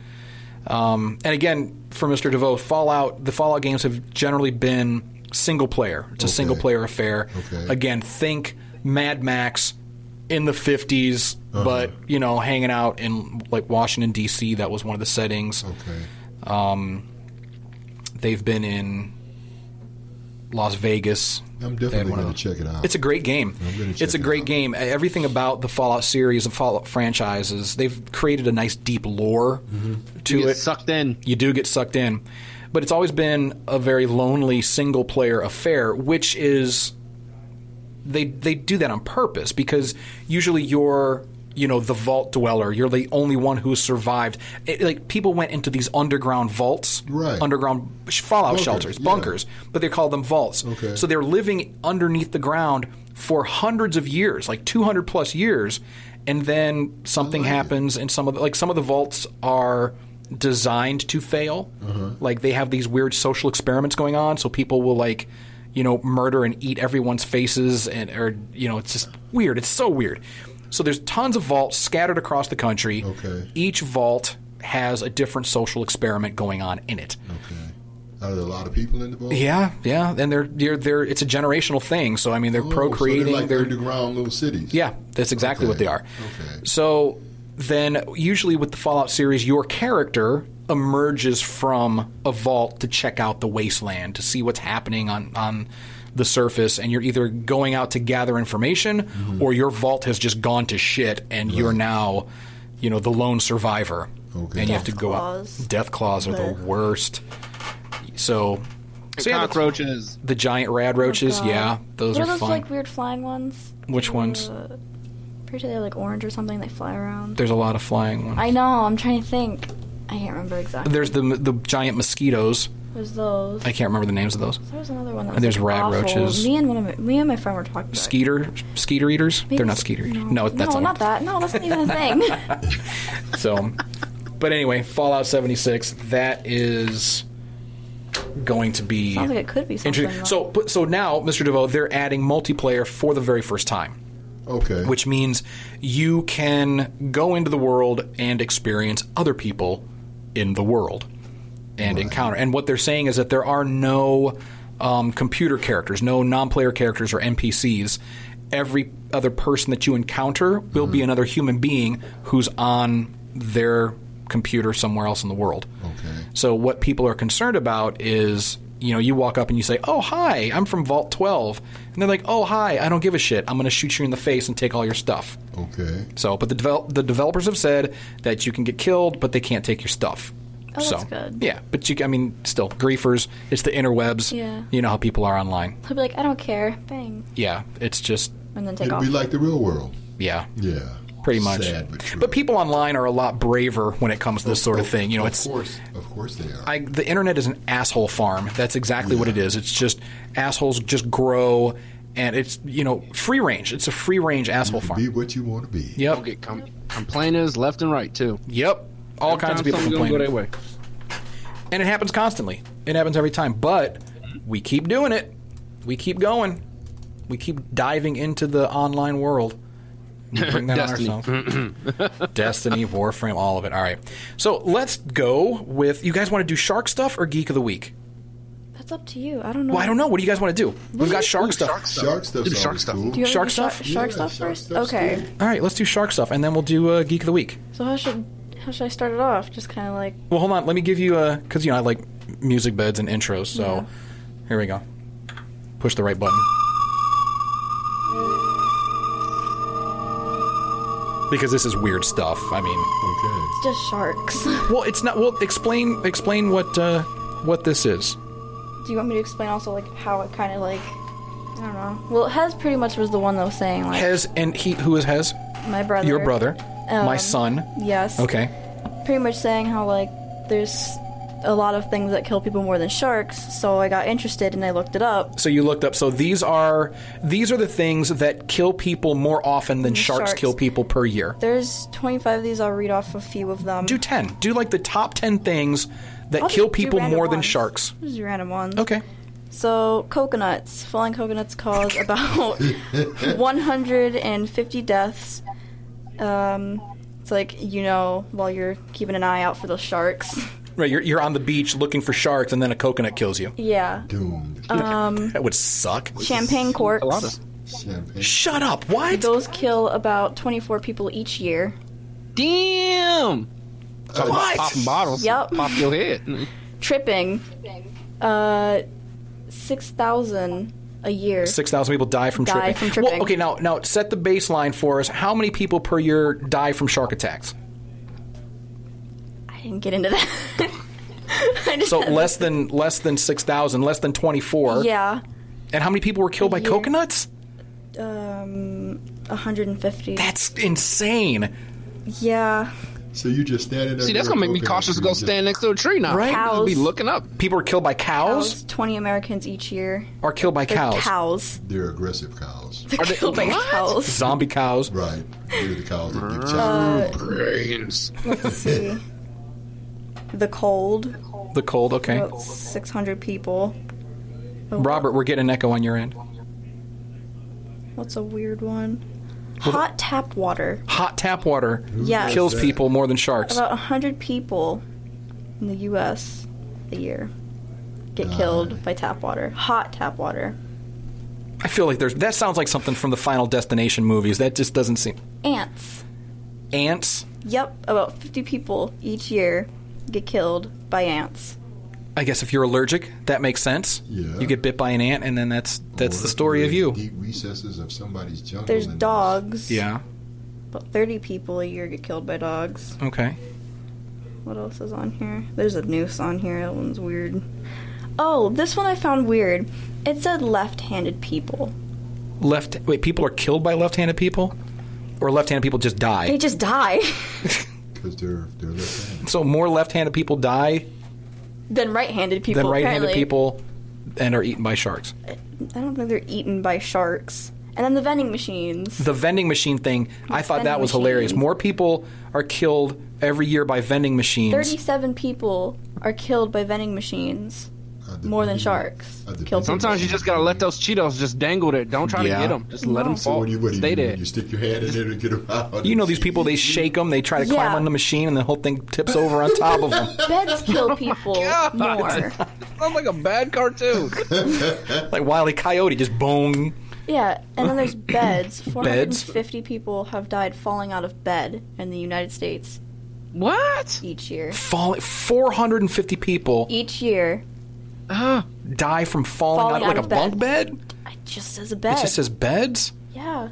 Speaker 2: Um, and again, for Mr. DeVoe, Fallout, the Fallout games have generally been single player. It's a single player affair.
Speaker 3: Okay.
Speaker 2: Again, think Mad Max in the 50s,
Speaker 3: Uh-huh.
Speaker 2: but, you know, hanging out in, like, Washington, D.C. That was one of the settings.
Speaker 3: Okay.
Speaker 2: They've been in Las Vegas.
Speaker 3: I'm
Speaker 2: They had
Speaker 3: definitely
Speaker 2: one of
Speaker 3: going to
Speaker 2: the-
Speaker 3: check it out.
Speaker 2: It's a great game.
Speaker 3: I'm gonna check
Speaker 2: It's a
Speaker 3: it
Speaker 2: great
Speaker 3: out.
Speaker 2: game. Everything about the Fallout series and Fallout franchises, they've created a nice deep lore
Speaker 3: Mm-hmm.
Speaker 2: to
Speaker 5: You get
Speaker 2: it.
Speaker 5: sucked in.
Speaker 2: you do get sucked in. But it's always been a very lonely single player affair, which is they they do that on purpose because usually you're you know the vault dweller you're the only one who survived it, like people went into these underground vaults
Speaker 3: Right.
Speaker 2: underground sh- fallout
Speaker 3: Bunkers,
Speaker 2: shelters
Speaker 3: yeah.
Speaker 2: bunkers but they called them vaults
Speaker 3: Okay.
Speaker 2: so they're living underneath the ground for hundreds of years like 200 plus years and then something
Speaker 3: like it.
Speaker 2: happens and some of the, like some of the vaults are designed to fail
Speaker 3: Uh-huh.
Speaker 2: like they have these weird social experiments going on so people will like you know murder and eat everyone's faces and or you know it's just weird it's so weird so there's tons of vaults scattered across the country
Speaker 3: Okay.
Speaker 2: each vault has a different social experiment going on in it
Speaker 3: okay. Are there a lot of people in the boat?
Speaker 2: yeah, yeah, and they're they're they're it's a generational thing. So I mean, they're
Speaker 3: Oh, so they're
Speaker 2: procreating.
Speaker 3: like
Speaker 2: they're-
Speaker 3: underground little cities.
Speaker 2: yeah, that's exactly what
Speaker 3: Okay,
Speaker 2: they are.
Speaker 3: okay.
Speaker 2: So then, usually with the Fallout series, your character emerges from a vault to check out the wasteland to see what's happening on on the surface, and you're either going out to gather information,
Speaker 3: Mm-hmm.
Speaker 2: or your vault has just gone to shit, and you're now, you know, the lone survivor,
Speaker 3: Okay.
Speaker 2: and you have to
Speaker 4: Death
Speaker 2: go
Speaker 4: claws.
Speaker 2: out. Death claws are the
Speaker 4: Blech.
Speaker 2: worst. So. so yeah, that's-
Speaker 5: cockroaches.
Speaker 2: the giant rad roaches,
Speaker 4: Oh, God.
Speaker 2: yeah, those
Speaker 4: what
Speaker 2: are,
Speaker 4: are those
Speaker 2: fun.
Speaker 4: like weird flying ones?
Speaker 2: Which ones?
Speaker 4: Uh, pretty sure they're like orange or something. They fly around.
Speaker 2: There's a lot of flying ones.
Speaker 4: I know. I'm trying to think. I can't remember exactly.
Speaker 2: There's the the giant mosquitoes.
Speaker 4: There's those.
Speaker 2: I can't remember the names of those.
Speaker 4: there was another one.
Speaker 2: And
Speaker 4: That was
Speaker 2: there's
Speaker 4: like,
Speaker 2: rad
Speaker 4: awful.
Speaker 2: roaches.
Speaker 4: Me and one of my, me and my friend were talking. About it.
Speaker 2: Skeeter skeeter eaters.
Speaker 4: Maybe
Speaker 2: They're not
Speaker 4: it's-
Speaker 2: skeeter eaters. No, that's
Speaker 4: no,
Speaker 2: all.
Speaker 4: not that. No, that's
Speaker 2: [laughs]
Speaker 4: not even a thing.
Speaker 2: So, but anyway, Fallout 76. That is going to be
Speaker 4: Sounds like it could be something.
Speaker 2: interesting. So, but, so now, Mr. DeVoe, they're adding multiplayer for the very first time.
Speaker 3: Okay.
Speaker 2: which means you can go into the world and experience other people in the world and encounter. And what they're saying is that there are no um, computer characters, no non-player characters or NPCs. Every other person that you encounter will be another human being who's on their computer somewhere else in the world.
Speaker 3: Okay.
Speaker 2: So what people are concerned about is, you know, you walk up and you say, "Oh, hi, I'm from Vault 12," and they're like, "Oh, hi, I don't give a shit. I'm going to shoot you in the face and take all your stuff."
Speaker 3: Okay.
Speaker 2: So, but the develop, the developers have said that you can get killed, but they can't take your stuff.
Speaker 4: Oh,
Speaker 2: so,
Speaker 4: that's good.
Speaker 2: Yeah, but you, I mean, still griefers. It's the interwebs.
Speaker 4: Yeah.
Speaker 2: you know how people are online.
Speaker 4: He'll be like, I don't care. Bang.
Speaker 2: Yeah, it's just
Speaker 4: And then take
Speaker 3: It'd
Speaker 4: off.
Speaker 3: be like the real world.
Speaker 2: yeah,
Speaker 3: Yeah.
Speaker 2: pretty much.
Speaker 3: Sad, but, true.
Speaker 2: people online are a lot braver when it comes to this sort of thing. You know,
Speaker 3: of
Speaker 2: it's
Speaker 3: course, of course they are.
Speaker 2: I, the internet is an asshole farm. That's exactly what it is. It's just assholes just grow, and it's you know free range. It's a free range asshole
Speaker 3: be
Speaker 2: farm.
Speaker 3: what you want to be.
Speaker 5: Don't
Speaker 2: Yep,
Speaker 5: get com- complainers left and right too.
Speaker 2: yep. All kinds of people
Speaker 5: Sometimes something's
Speaker 2: complain,
Speaker 5: gonna Go that way.
Speaker 2: and it happens constantly. It happens every time. But we keep doing it. We keep going. We keep diving into the online world. We Bring that on
Speaker 5: Destiny.
Speaker 2: ourselves. [laughs] Destiny, Warframe, all of it. All right. So let's go with. You guys want to do shark stuff or geek of the week?
Speaker 4: That's up to you. I don't know.
Speaker 2: Well, I don't know. What do you guys want to do? We've got shark stuff.
Speaker 3: Shark stuff's
Speaker 5: Do shark
Speaker 3: always
Speaker 5: stuff.
Speaker 3: cool.
Speaker 4: Do you ever
Speaker 2: Shark
Speaker 4: do
Speaker 2: stuff?
Speaker 4: Shark
Speaker 3: Yeah,
Speaker 4: stuff
Speaker 3: shark
Speaker 4: first?
Speaker 3: stuff's
Speaker 4: okay.
Speaker 3: cool.
Speaker 2: All right, let's do shark stuff, and then we'll do uh, geek of the week.
Speaker 4: So how should how should I start it off? Just kind of like
Speaker 2: Well, hold on, let me give you a because you know I like music beds and intros. So
Speaker 4: Yeah.
Speaker 2: here we go. Push the right button because this is weird stuff. I mean,
Speaker 3: Okay.
Speaker 4: just sharks. [laughs]
Speaker 2: well, it's not. Well, explain explain what uh, what this is.
Speaker 4: Do you want me to explain also like how it kind of like I don't know. Well, Hez pretty much was the one that was saying like
Speaker 2: Hez and he who is Hez?
Speaker 4: my brother,
Speaker 2: Your brother, my
Speaker 4: Um,
Speaker 2: son.
Speaker 4: Yes.
Speaker 2: Okay,
Speaker 4: Pretty much saying how like there's a lot of things that kill people more than sharks. So I got interested and I looked it up.
Speaker 2: so you looked up. So these are these are the things that kill people more often than sharks
Speaker 4: sharks.
Speaker 2: kill people per year.
Speaker 4: There's 25 of these. I'll read off a few of them.
Speaker 2: do 10 do like the top 10 things that
Speaker 4: I'll just
Speaker 2: kill
Speaker 4: do
Speaker 2: people
Speaker 4: random
Speaker 2: more than
Speaker 4: ones.
Speaker 2: sharks
Speaker 4: Just do random ones.
Speaker 2: okay
Speaker 4: So, coconuts. Falling coconuts
Speaker 5: [laughs]
Speaker 4: cause about 150 deaths. Um, it's like, you know, while you're keeping an eye out for those sharks. [laughs]
Speaker 2: right you're, you're on the beach looking for sharks and then a coconut kills you
Speaker 4: yeah.
Speaker 3: Doomed.
Speaker 4: Uh,
Speaker 2: that would suck
Speaker 4: Champagne corks.
Speaker 5: A lot of
Speaker 3: Champagne.
Speaker 2: shut up what
Speaker 4: Those kill about 24 people each year.
Speaker 5: damn.
Speaker 2: what
Speaker 5: Popping bottles.
Speaker 4: Yep.
Speaker 5: Pop your head.
Speaker 4: Tripping. Uh, 6,000 a year.
Speaker 2: 6000 people die from
Speaker 4: Die
Speaker 2: tripping,
Speaker 4: from tripping.
Speaker 2: Well, okay now now set the baseline for us how many people per year die from shark attacks
Speaker 4: I didn't get into that. [laughs] I just [laughs]
Speaker 2: so
Speaker 4: had-
Speaker 2: less than less than 6000 less than 24
Speaker 4: Yeah.
Speaker 2: and how many people were killed by
Speaker 4: year.
Speaker 2: coconuts
Speaker 4: Um, 150.
Speaker 2: that's insane
Speaker 4: yeah.
Speaker 3: So you just standing there.
Speaker 5: See, that's gonna make me cautious to go stand next to a tree now.
Speaker 2: Right?
Speaker 5: I'll Be
Speaker 4: Cows.
Speaker 5: looking up.
Speaker 2: people are killed by cows,
Speaker 4: Cows. 20 Americans each year.
Speaker 2: or killed by
Speaker 4: They're
Speaker 2: cows
Speaker 4: cows.
Speaker 3: They're aggressive cows.
Speaker 4: [laughs] They're killed by
Speaker 5: what?
Speaker 2: [laughs]
Speaker 4: cows.
Speaker 2: zombie cows
Speaker 3: Right. They're the cows that get chopped.
Speaker 5: Brains.
Speaker 4: Let's see. The cold.
Speaker 2: the cold okay
Speaker 4: About 600 people. Oh,
Speaker 2: Robert, we're getting an echo on your end.
Speaker 4: What's a weird one? Hot tap water.
Speaker 2: Hot tap water
Speaker 4: Yes.
Speaker 2: kills
Speaker 3: that?
Speaker 2: people more than sharks.
Speaker 4: About 100 people in the U.S. a year get killed by tap water. Hot tap water.
Speaker 2: I feel like there's that sounds like something from the Final Destination movies. That just doesn't seem
Speaker 4: Ants.
Speaker 2: ants.
Speaker 4: Yep, about 50 people each year get killed by ants.
Speaker 2: I guess if you're allergic, that makes sense.
Speaker 3: Yeah.
Speaker 2: You get bit by an ant, and then that's that's the story of you.
Speaker 3: Deep recesses of somebody's jungle.
Speaker 4: There's
Speaker 3: and-
Speaker 4: dogs.
Speaker 2: Yeah.
Speaker 4: About 30 people a year get killed by dogs.
Speaker 2: Okay.
Speaker 4: What else is on here? There's a noose on here. That one's weird. Oh, this one I found weird. It said left handed people.
Speaker 2: Left. Wait, people are killed by left-handed people, or left-handed people just die.
Speaker 4: They just die. [laughs]
Speaker 3: Because they're, they're left-handed.
Speaker 2: so more left-handed people die
Speaker 4: then right handed people.
Speaker 2: than right-handed
Speaker 4: apparently.
Speaker 2: people, and are eaten by sharks.
Speaker 4: I don't think they're eaten by sharks. And then the vending machines.
Speaker 2: the vending machine thing, I thought that
Speaker 4: vending
Speaker 2: was hilarious.
Speaker 4: machines.
Speaker 2: More people are killed every year by vending machines.
Speaker 4: 37 people are killed by vending machines.
Speaker 3: I did
Speaker 4: more than
Speaker 3: believe it.
Speaker 4: sharks
Speaker 3: I did
Speaker 4: kill
Speaker 3: believe it.
Speaker 4: people.
Speaker 5: Sometimes you just gotta let those Cheetos just dangle there. Don't try
Speaker 2: Yeah.
Speaker 5: to get them. Just let
Speaker 4: No.
Speaker 5: them
Speaker 4: So
Speaker 5: fall.
Speaker 3: What do you, what do you,
Speaker 5: Stay
Speaker 3: do?
Speaker 5: there.
Speaker 3: you stick your hand in there to get them out.
Speaker 2: You know these people, they shake them, they try to climb
Speaker 4: Yeah.
Speaker 2: on the machine, and the whole thing tips over on top of
Speaker 4: [laughs]
Speaker 2: them.
Speaker 4: Beds kill people
Speaker 5: God.
Speaker 4: more.
Speaker 5: Sounds like a
Speaker 3: [laughs]
Speaker 5: bad cartoon.
Speaker 2: Like Wile E. Coyote, just boom.
Speaker 4: Yeah, and
Speaker 2: [laughs]
Speaker 4: then there's beds. 450 people have died falling out of bed in the United States
Speaker 5: what?
Speaker 4: each year.
Speaker 2: Fall, 450 people
Speaker 4: Each year,
Speaker 2: die from falling,
Speaker 4: Falling
Speaker 2: out of like
Speaker 4: out
Speaker 2: a
Speaker 4: of
Speaker 2: bunk bed?
Speaker 4: it just says a bed.
Speaker 2: It just says beds?
Speaker 4: yeah.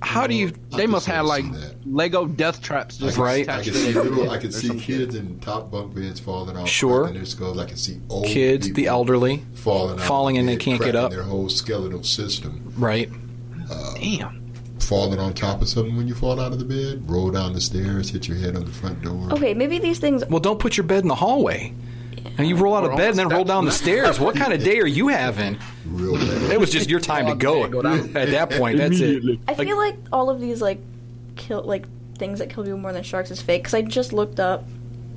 Speaker 2: How do you.
Speaker 5: They must
Speaker 3: could
Speaker 5: have
Speaker 3: see
Speaker 5: like
Speaker 3: that.
Speaker 5: Lego death traps just
Speaker 2: Right.
Speaker 5: attached
Speaker 3: I can
Speaker 5: to
Speaker 3: see
Speaker 5: their
Speaker 3: little,
Speaker 5: head
Speaker 3: I can
Speaker 5: or
Speaker 3: see
Speaker 5: some shit.
Speaker 3: kids in top bunk beds falling off,
Speaker 2: Sure.
Speaker 3: cracking their skulls. I can see old
Speaker 2: Kids, the
Speaker 3: people
Speaker 2: elderly,
Speaker 3: falling, out
Speaker 2: falling
Speaker 3: of
Speaker 2: and they
Speaker 3: bed,
Speaker 2: can't get
Speaker 3: cracking
Speaker 2: up.
Speaker 3: Their whole skeletal system
Speaker 2: right?
Speaker 5: Damn.
Speaker 3: falling on top of something when you fall out of the bed, roll down the stairs, hit your head on the front door.
Speaker 4: Okay, maybe these things.
Speaker 2: Well, don't put your bed in the hallway. And you roll out
Speaker 5: Or
Speaker 2: of
Speaker 5: on
Speaker 2: bed and
Speaker 5: the
Speaker 2: then roll
Speaker 5: steps.
Speaker 2: down the stairs. What kind of day are you having?
Speaker 3: Real bad.
Speaker 2: It was just your time to go at that point. That's it.
Speaker 4: I feel like all of these like kill like things that kill people more than sharks is fake. Because I just looked up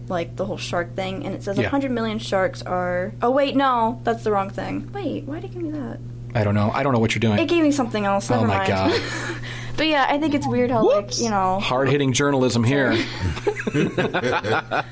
Speaker 4: like the whole shark thing, and it says
Speaker 2: Yeah.
Speaker 4: 100 million sharks are. Oh wait, no, that's the wrong thing. Wait, why did it give me that?
Speaker 2: I don't know. I don't know what you're doing.
Speaker 4: It gave me something else.
Speaker 2: Oh
Speaker 4: Never
Speaker 2: my
Speaker 4: mind.
Speaker 2: god.
Speaker 4: [laughs] But yeah, I think it's weird how
Speaker 5: Whoops.
Speaker 4: like you know.
Speaker 2: Hard hitting journalism here.
Speaker 4: But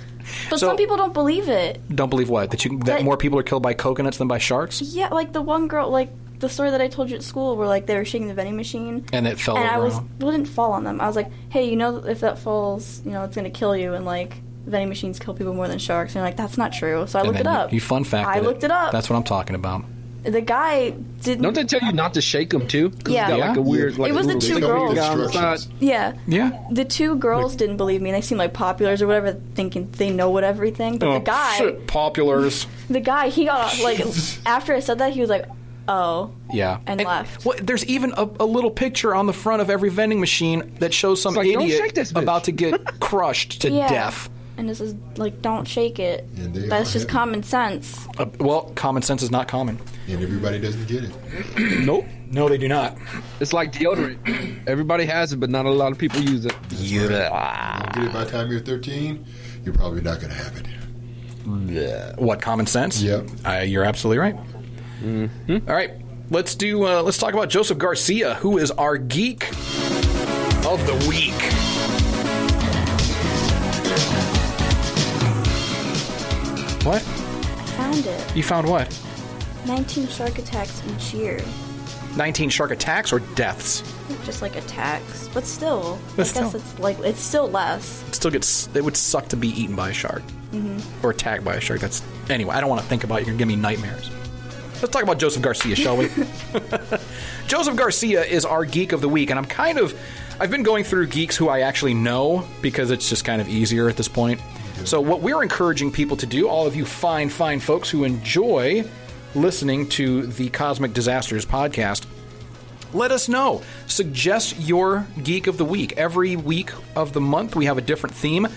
Speaker 2: So-
Speaker 4: some people don't believe it.
Speaker 2: Don't believe what? That you that,
Speaker 4: That-
Speaker 2: more people are killed by coconuts than by sharks?
Speaker 4: Yeah, like the one girl, like the story that I told you at school, where like they were shaking the vending machine,
Speaker 2: And it fell
Speaker 4: and I
Speaker 2: over.
Speaker 4: was
Speaker 2: on-
Speaker 4: well, it didn't fall on them. I was like, hey, you know, if that falls, you know, it's gonna kill you, and like vending machines kill people more than sharks. And you're like, that's not true. So I
Speaker 2: and
Speaker 4: looked it
Speaker 2: then you-
Speaker 4: up.
Speaker 2: You fun fact.
Speaker 4: I looked it up.
Speaker 2: That's what I'm talking about.
Speaker 4: the guy didn't.
Speaker 5: Don't they tell you not to shake them too? 'Cause
Speaker 4: Yeah.
Speaker 5: You got like a weird. Like,
Speaker 4: It was the
Speaker 5: little
Speaker 4: two
Speaker 5: thing
Speaker 4: girls.
Speaker 5: on the side.
Speaker 3: Instructions.
Speaker 4: yeah,
Speaker 2: Yeah.
Speaker 4: the two girls didn't believe me. and They seemed like populars or whatever, thinking they know what everything. But
Speaker 5: Oh,
Speaker 4: the guy,
Speaker 2: populars.
Speaker 4: the guy, he
Speaker 5: [laughs]
Speaker 4: got like after I said that, he was like, oh,
Speaker 2: Yeah.
Speaker 4: And left.
Speaker 2: Well, there's even a, a little picture on the front of every vending machine that shows some
Speaker 5: It's like, "Don't shake
Speaker 2: idiot
Speaker 5: this bitch."
Speaker 2: about to
Speaker 4: [laughs]
Speaker 2: get crushed to
Speaker 4: yeah.
Speaker 2: death.
Speaker 4: And this is like, don't shake it.
Speaker 3: And they
Speaker 4: That's
Speaker 3: are
Speaker 4: just
Speaker 3: heavy.
Speaker 4: common sense.
Speaker 2: Uh, well, common sense is not common.
Speaker 3: and everybody doesn't get it.
Speaker 2: Nope. No, they do not.
Speaker 5: It's like deodorant. Everybody has it, but not a lot of people use it.
Speaker 3: Don't get it by the time you're 13, you're probably not going to have it.
Speaker 2: What common sense?
Speaker 3: Yep.
Speaker 2: Uh, you're absolutely right. All right, let's do. Uh, let's talk about Joseph Garcia, who is our geek of the week. What?
Speaker 4: Found it.
Speaker 2: You found what?
Speaker 4: 19 shark attacks each year.
Speaker 2: 19 shark attacks or deaths?
Speaker 4: Just like attacks, but still,
Speaker 2: But
Speaker 4: I guess
Speaker 2: still.
Speaker 4: it's like it's still less.
Speaker 2: It still gets. It would suck to be eaten by a shark or attacked by a shark. That's anyway. I don't want to think about it. You're gonna give me nightmares. Let's talk about Joseph Garcia, shall we? [laughs] Joseph Garcia is our geek of the week, and I'm kind of. I've been going through geeks who I actually know because it's just kind of easier at this point. So, what we're encouraging people to do, all of you fine, fine folks who enjoy listening to the Cosmic Disasters podcast, let us know. Suggest your geek of the week. Every week of the month, we have a different theme.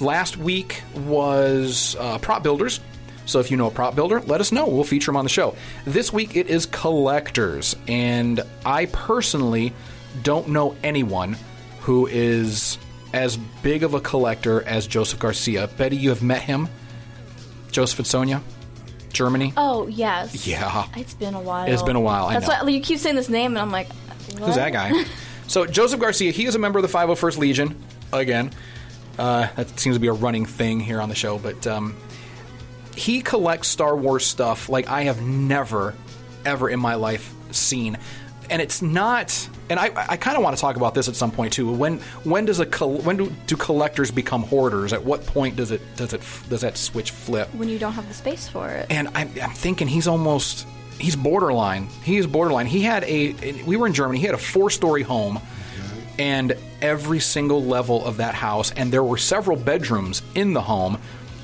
Speaker 2: Last week was uh, prop builders. So if you know a prop builder, let us know. We'll feature them on the show. This week it is collectors. And I personally don't know anyone who is as big of a collector as Joseph Garcia. Betty, you have met him. Joseph and Sonia, Germany.
Speaker 4: Oh yes.
Speaker 2: Yeah.
Speaker 4: It's been a while.
Speaker 2: It's been a while, I
Speaker 4: That's
Speaker 2: know.
Speaker 4: why you keep saying this name, and I'm like, what?
Speaker 2: Who's that guy? so Joseph Garcia, he is a member of the 501st Legion again. Uh, that seems to be a running thing here on the show, but um, he collects Star Wars stuff like I have never, ever in my life seen, and it's not. And I, I kind of want to talk about this at some point too. When when does a col- when do, do collectors become hoarders? At what point does it does it does that switch flip?
Speaker 4: When you don't have the space for it.
Speaker 2: and I'm, I'm thinking he's almost he's borderline he is borderline he had a we were in germany he had a four story home and every single level of that house and there were several bedrooms in the home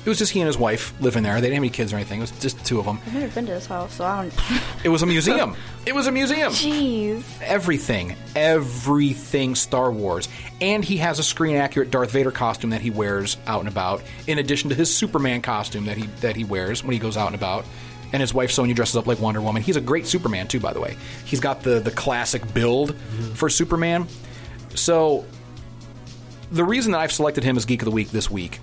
Speaker 2: it was just he and his wife living there they didn't have any kids or anything it was just two of them
Speaker 4: I've never been to this house, so I don't.
Speaker 2: it was a museum it was a museum
Speaker 4: [laughs] Jeez.
Speaker 2: everything, everything Star Wars. And he has a screen accurate Darth Vader costume that he wears out and about, in addition to his Superman costume that he that he wears when he goes out and about. And his wife Sonya dresses up like Wonder Woman. He's a great Superman too, by the way. He's got the the classic build for Superman. So the reason that I've selected him as Geek of the Week this week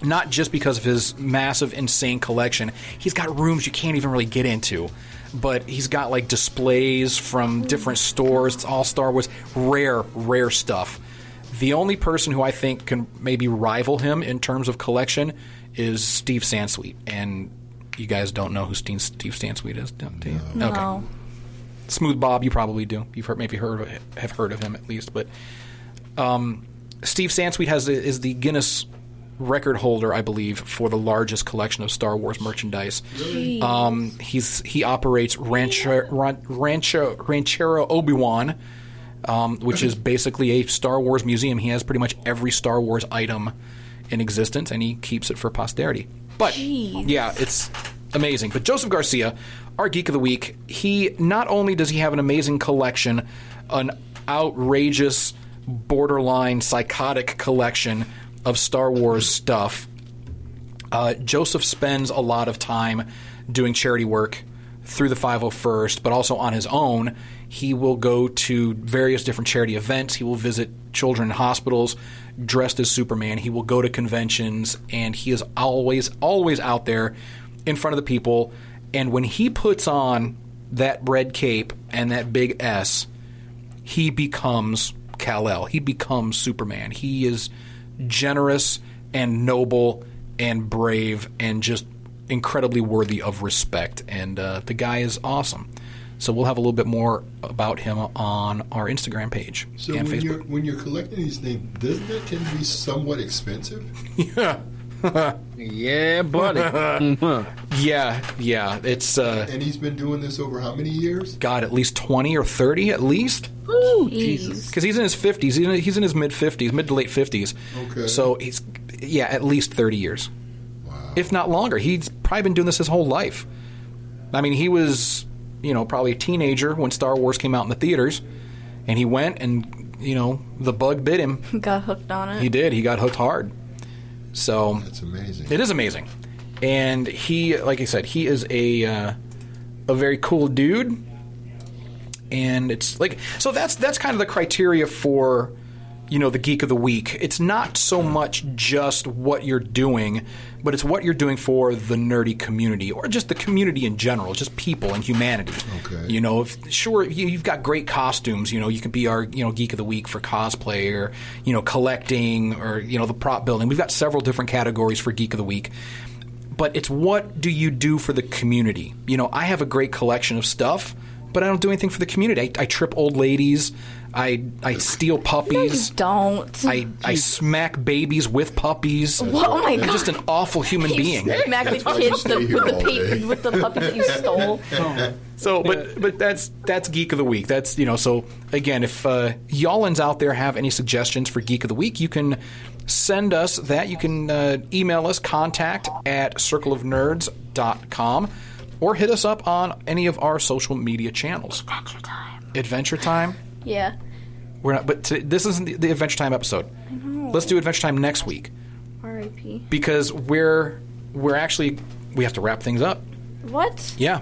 Speaker 2: not just because of his massive, insane collection. He's got rooms you can't even really get into, but he's got like displays from different stores. It's all Star Wars, rare, rare stuff. The only person who I think can maybe rival him in terms of collection is Steve Sansweet, and you guys don't know who Steve, Steve Sansweet is, don't do you?
Speaker 4: No.
Speaker 2: Smooth Bob, you probably do. You've heard, maybe heard have heard of him at least. But um, Steve Sansweet has the, is the Guinness record holder, I believe, for the largest collection of Star Wars merchandise. Um, he's he operates Rancher, Ran, Rancho, Ranchero Obi Wan, um, which is basically a Star Wars museum. He has pretty much every Star Wars item in existence, and he keeps it for posterity. But yeah, it's amazing. But Joseph Garcia, our geek of the week, he not only does he have an amazing collection, an outrageous, borderline psychotic collection of Star Wars stuff. Uh, Joseph spends a lot of time doing charity work through the 501st, but also on his own. He will go to various different charity events. He will visit children in hospitals dressed as Superman. He will go to conventions, and he is always, always out there in front of the people. And when he puts on that red cape and that big S, he becomes Kal El. He becomes Superman. He is generous and noble and brave and just incredibly worthy of respect. And uh, the guy is awesome. So we'll have a little bit more about him on our Instagram page
Speaker 3: So
Speaker 2: and
Speaker 3: when
Speaker 2: Facebook.
Speaker 3: you're when you're collecting these things, doesn't that tend to be somewhat expensive?
Speaker 5: Yeah, buddy. Mhm.
Speaker 2: Yeah, yeah. It's uh,
Speaker 3: And he's been doing this over how many years?
Speaker 2: God, at least twenty or thirty, at least.
Speaker 4: Jesus.
Speaker 2: because he's in his 50s he's in, he's in his mid 50s mid to late 50s
Speaker 3: Okay.
Speaker 2: so he's yeah at least 30 years
Speaker 3: Wow.
Speaker 2: if not longer he's probably been doing this his whole life i mean he was you know probably a teenager when star wars came out in the theaters and he went and you know the bug bit him
Speaker 4: Got hooked
Speaker 3: [laughs]
Speaker 4: on it.
Speaker 2: he did he got hooked hard so
Speaker 3: That's amazing.
Speaker 2: it is amazing, and he, like I said, he is a uh, a very cool dude, and it's like so that's that's kind of the criteria for you know the geek of the week. It's not so much just what you're doing, but it's what you're doing for the nerdy community or just the community in general, just people and humanity.
Speaker 3: Okay.
Speaker 2: You know, if sure you, you've got great costumes, you know, you can be our you know geek of the week for cosplay or you know collecting or you know the prop building. We've got several different categories for geek of the week but it's what do you do for the community? You know, I have a great collection of stuff, but I don't do anything for the community. I, I trip old ladies, I I steal puppies,
Speaker 4: You don't.
Speaker 2: I I smack babies with puppies.
Speaker 4: What? [laughs] Oh my
Speaker 2: I'm
Speaker 4: god.
Speaker 2: just an awful human being.
Speaker 4: You smack the
Speaker 3: why you
Speaker 4: kids
Speaker 3: stay
Speaker 4: the, with,
Speaker 3: here
Speaker 4: the
Speaker 3: all day.
Speaker 4: pa- with the puppy that
Speaker 3: [laughs]
Speaker 4: you stole.
Speaker 2: So, but but that's that's geek of the week. That's you know. So again, if uh, y'allins out there have any suggestions for geek of the week, you can send us that. You can uh, email us contact at circleofnerds.com or hit us up on any of our social media channels.
Speaker 4: Adventure time.
Speaker 2: Adventure Time.
Speaker 4: Yeah.
Speaker 2: We're not, but t- this isn't the, the Adventure Time episode. Let's do Adventure Time next week
Speaker 4: R.I.P.
Speaker 2: because we're we're actually we have to wrap things up.
Speaker 4: What?
Speaker 2: Yeah.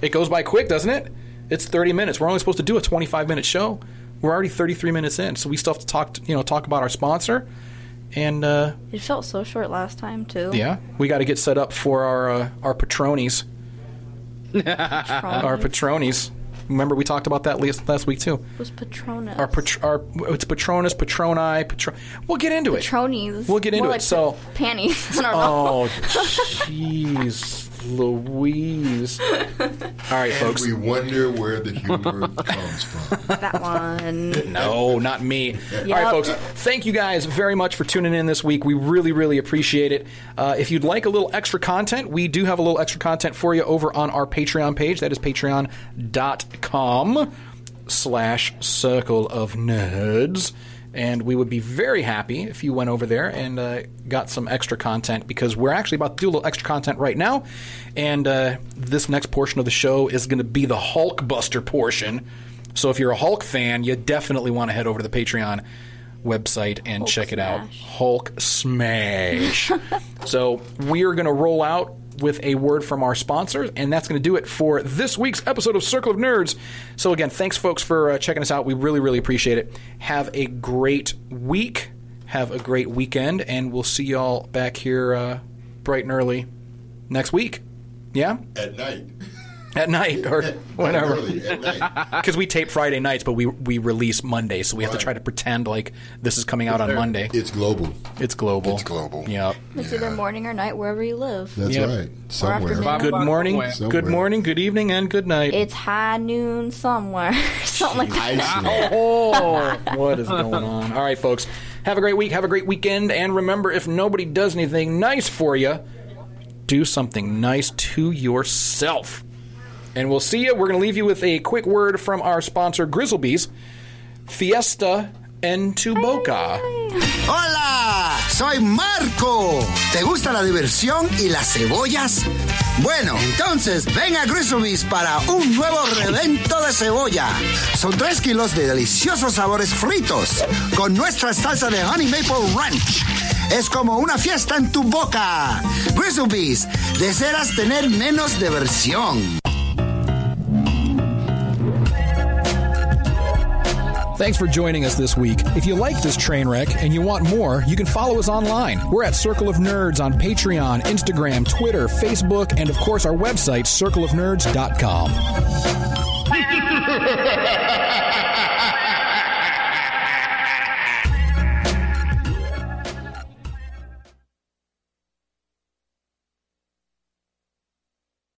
Speaker 2: It goes by quick, doesn't it? It's 30 minutes. We're only supposed to do a 25 minute show. We're already 33 minutes in, so we still have to talk, you know, talk about our sponsor. And uh,
Speaker 4: It felt so short last time too.
Speaker 2: yeah, we got to get set up for our uh, our patronies,
Speaker 4: Patron-
Speaker 2: our patronies. Remember we talked about that last, last week too.
Speaker 4: was Patronus.
Speaker 2: Our patr- our it's patronus, patroni, patron. We'll get into
Speaker 4: [laughs]
Speaker 2: it.
Speaker 4: Patronies.
Speaker 2: We'll get into
Speaker 4: More
Speaker 2: it,
Speaker 4: like
Speaker 2: so-
Speaker 4: panties. [laughs] I don't know.
Speaker 2: Oh, jeez, Louise. All right, folks.
Speaker 3: We wonder where
Speaker 2: [laughs]
Speaker 3: the humor comes from.
Speaker 4: That one.
Speaker 2: No, not me. All right, folks. Thank you guys very much for tuning in this week. We really, really appreciate it. Uh, if you'd like a little extra content, we do have a little extra content for you over on our Patreon page. That is patreon.com slash circle of nerds. And we would be very happy if you went over there and uh, got some extra content because we're actually about to do a little extra content right now. And uh, this next portion of the show is going to be the Hulk Buster portion. So if you're a Hulk fan, you definitely want to head over to the Patreon website and check it out.
Speaker 4: smash.
Speaker 2: Hulk smash. so we are going to roll out with a word from our sponsors, and that's going to do it for this week's episode of Circle of Nerds. So again, thanks folks for uh, checking us out. We really, really appreciate it. Have a great week. Have a great weekend, and we'll see y'all back here uh, bright and early next week. Yeah?
Speaker 3: At night.
Speaker 2: At night or whenever.
Speaker 3: Early, at night.
Speaker 2: Because we tape Friday nights, but we, we release Monday, so we have to
Speaker 3: Right.
Speaker 2: try to pretend like this is coming out on Monday.
Speaker 3: It's global.
Speaker 2: It's global.
Speaker 3: It's global.
Speaker 2: Yep.
Speaker 4: It's either morning or night, wherever you live.
Speaker 3: That's
Speaker 2: Yep.
Speaker 3: right. Somewhere.
Speaker 4: afternoon.
Speaker 2: Good morning,
Speaker 3: Somewhere.
Speaker 2: good morning, good evening, and good night.
Speaker 4: It's high noon somewhere. [laughs] Something like that.
Speaker 3: Iceland.
Speaker 2: [laughs] Oh, what is going on? All right, folks. Have a great week. Have a great weekend. And remember, if nobody does anything nice for you, do something nice to yourself. And we'll see you. We're going to leave you with a quick word from our sponsor, Grizzlebees. Fiesta en tu boca.
Speaker 6: Hola, soy Marco. ¿Te gusta la diversión y las cebollas? Bueno, entonces ven a Grizzlies para un nuevo revento de cebolla. Son 3 kilos de deliciosos sabores fritos con nuestra salsa de Honey Maple Ranch. Es como una fiesta en tu boca. Grizzlies, deseas tener menos diversión.
Speaker 2: Thanks for joining us this week. If you like this train wreck and you want more, you can follow us online. We're at Circle of Nerds on Patreon, Instagram, Twitter, Facebook, and of course our website, circleofnerds.com.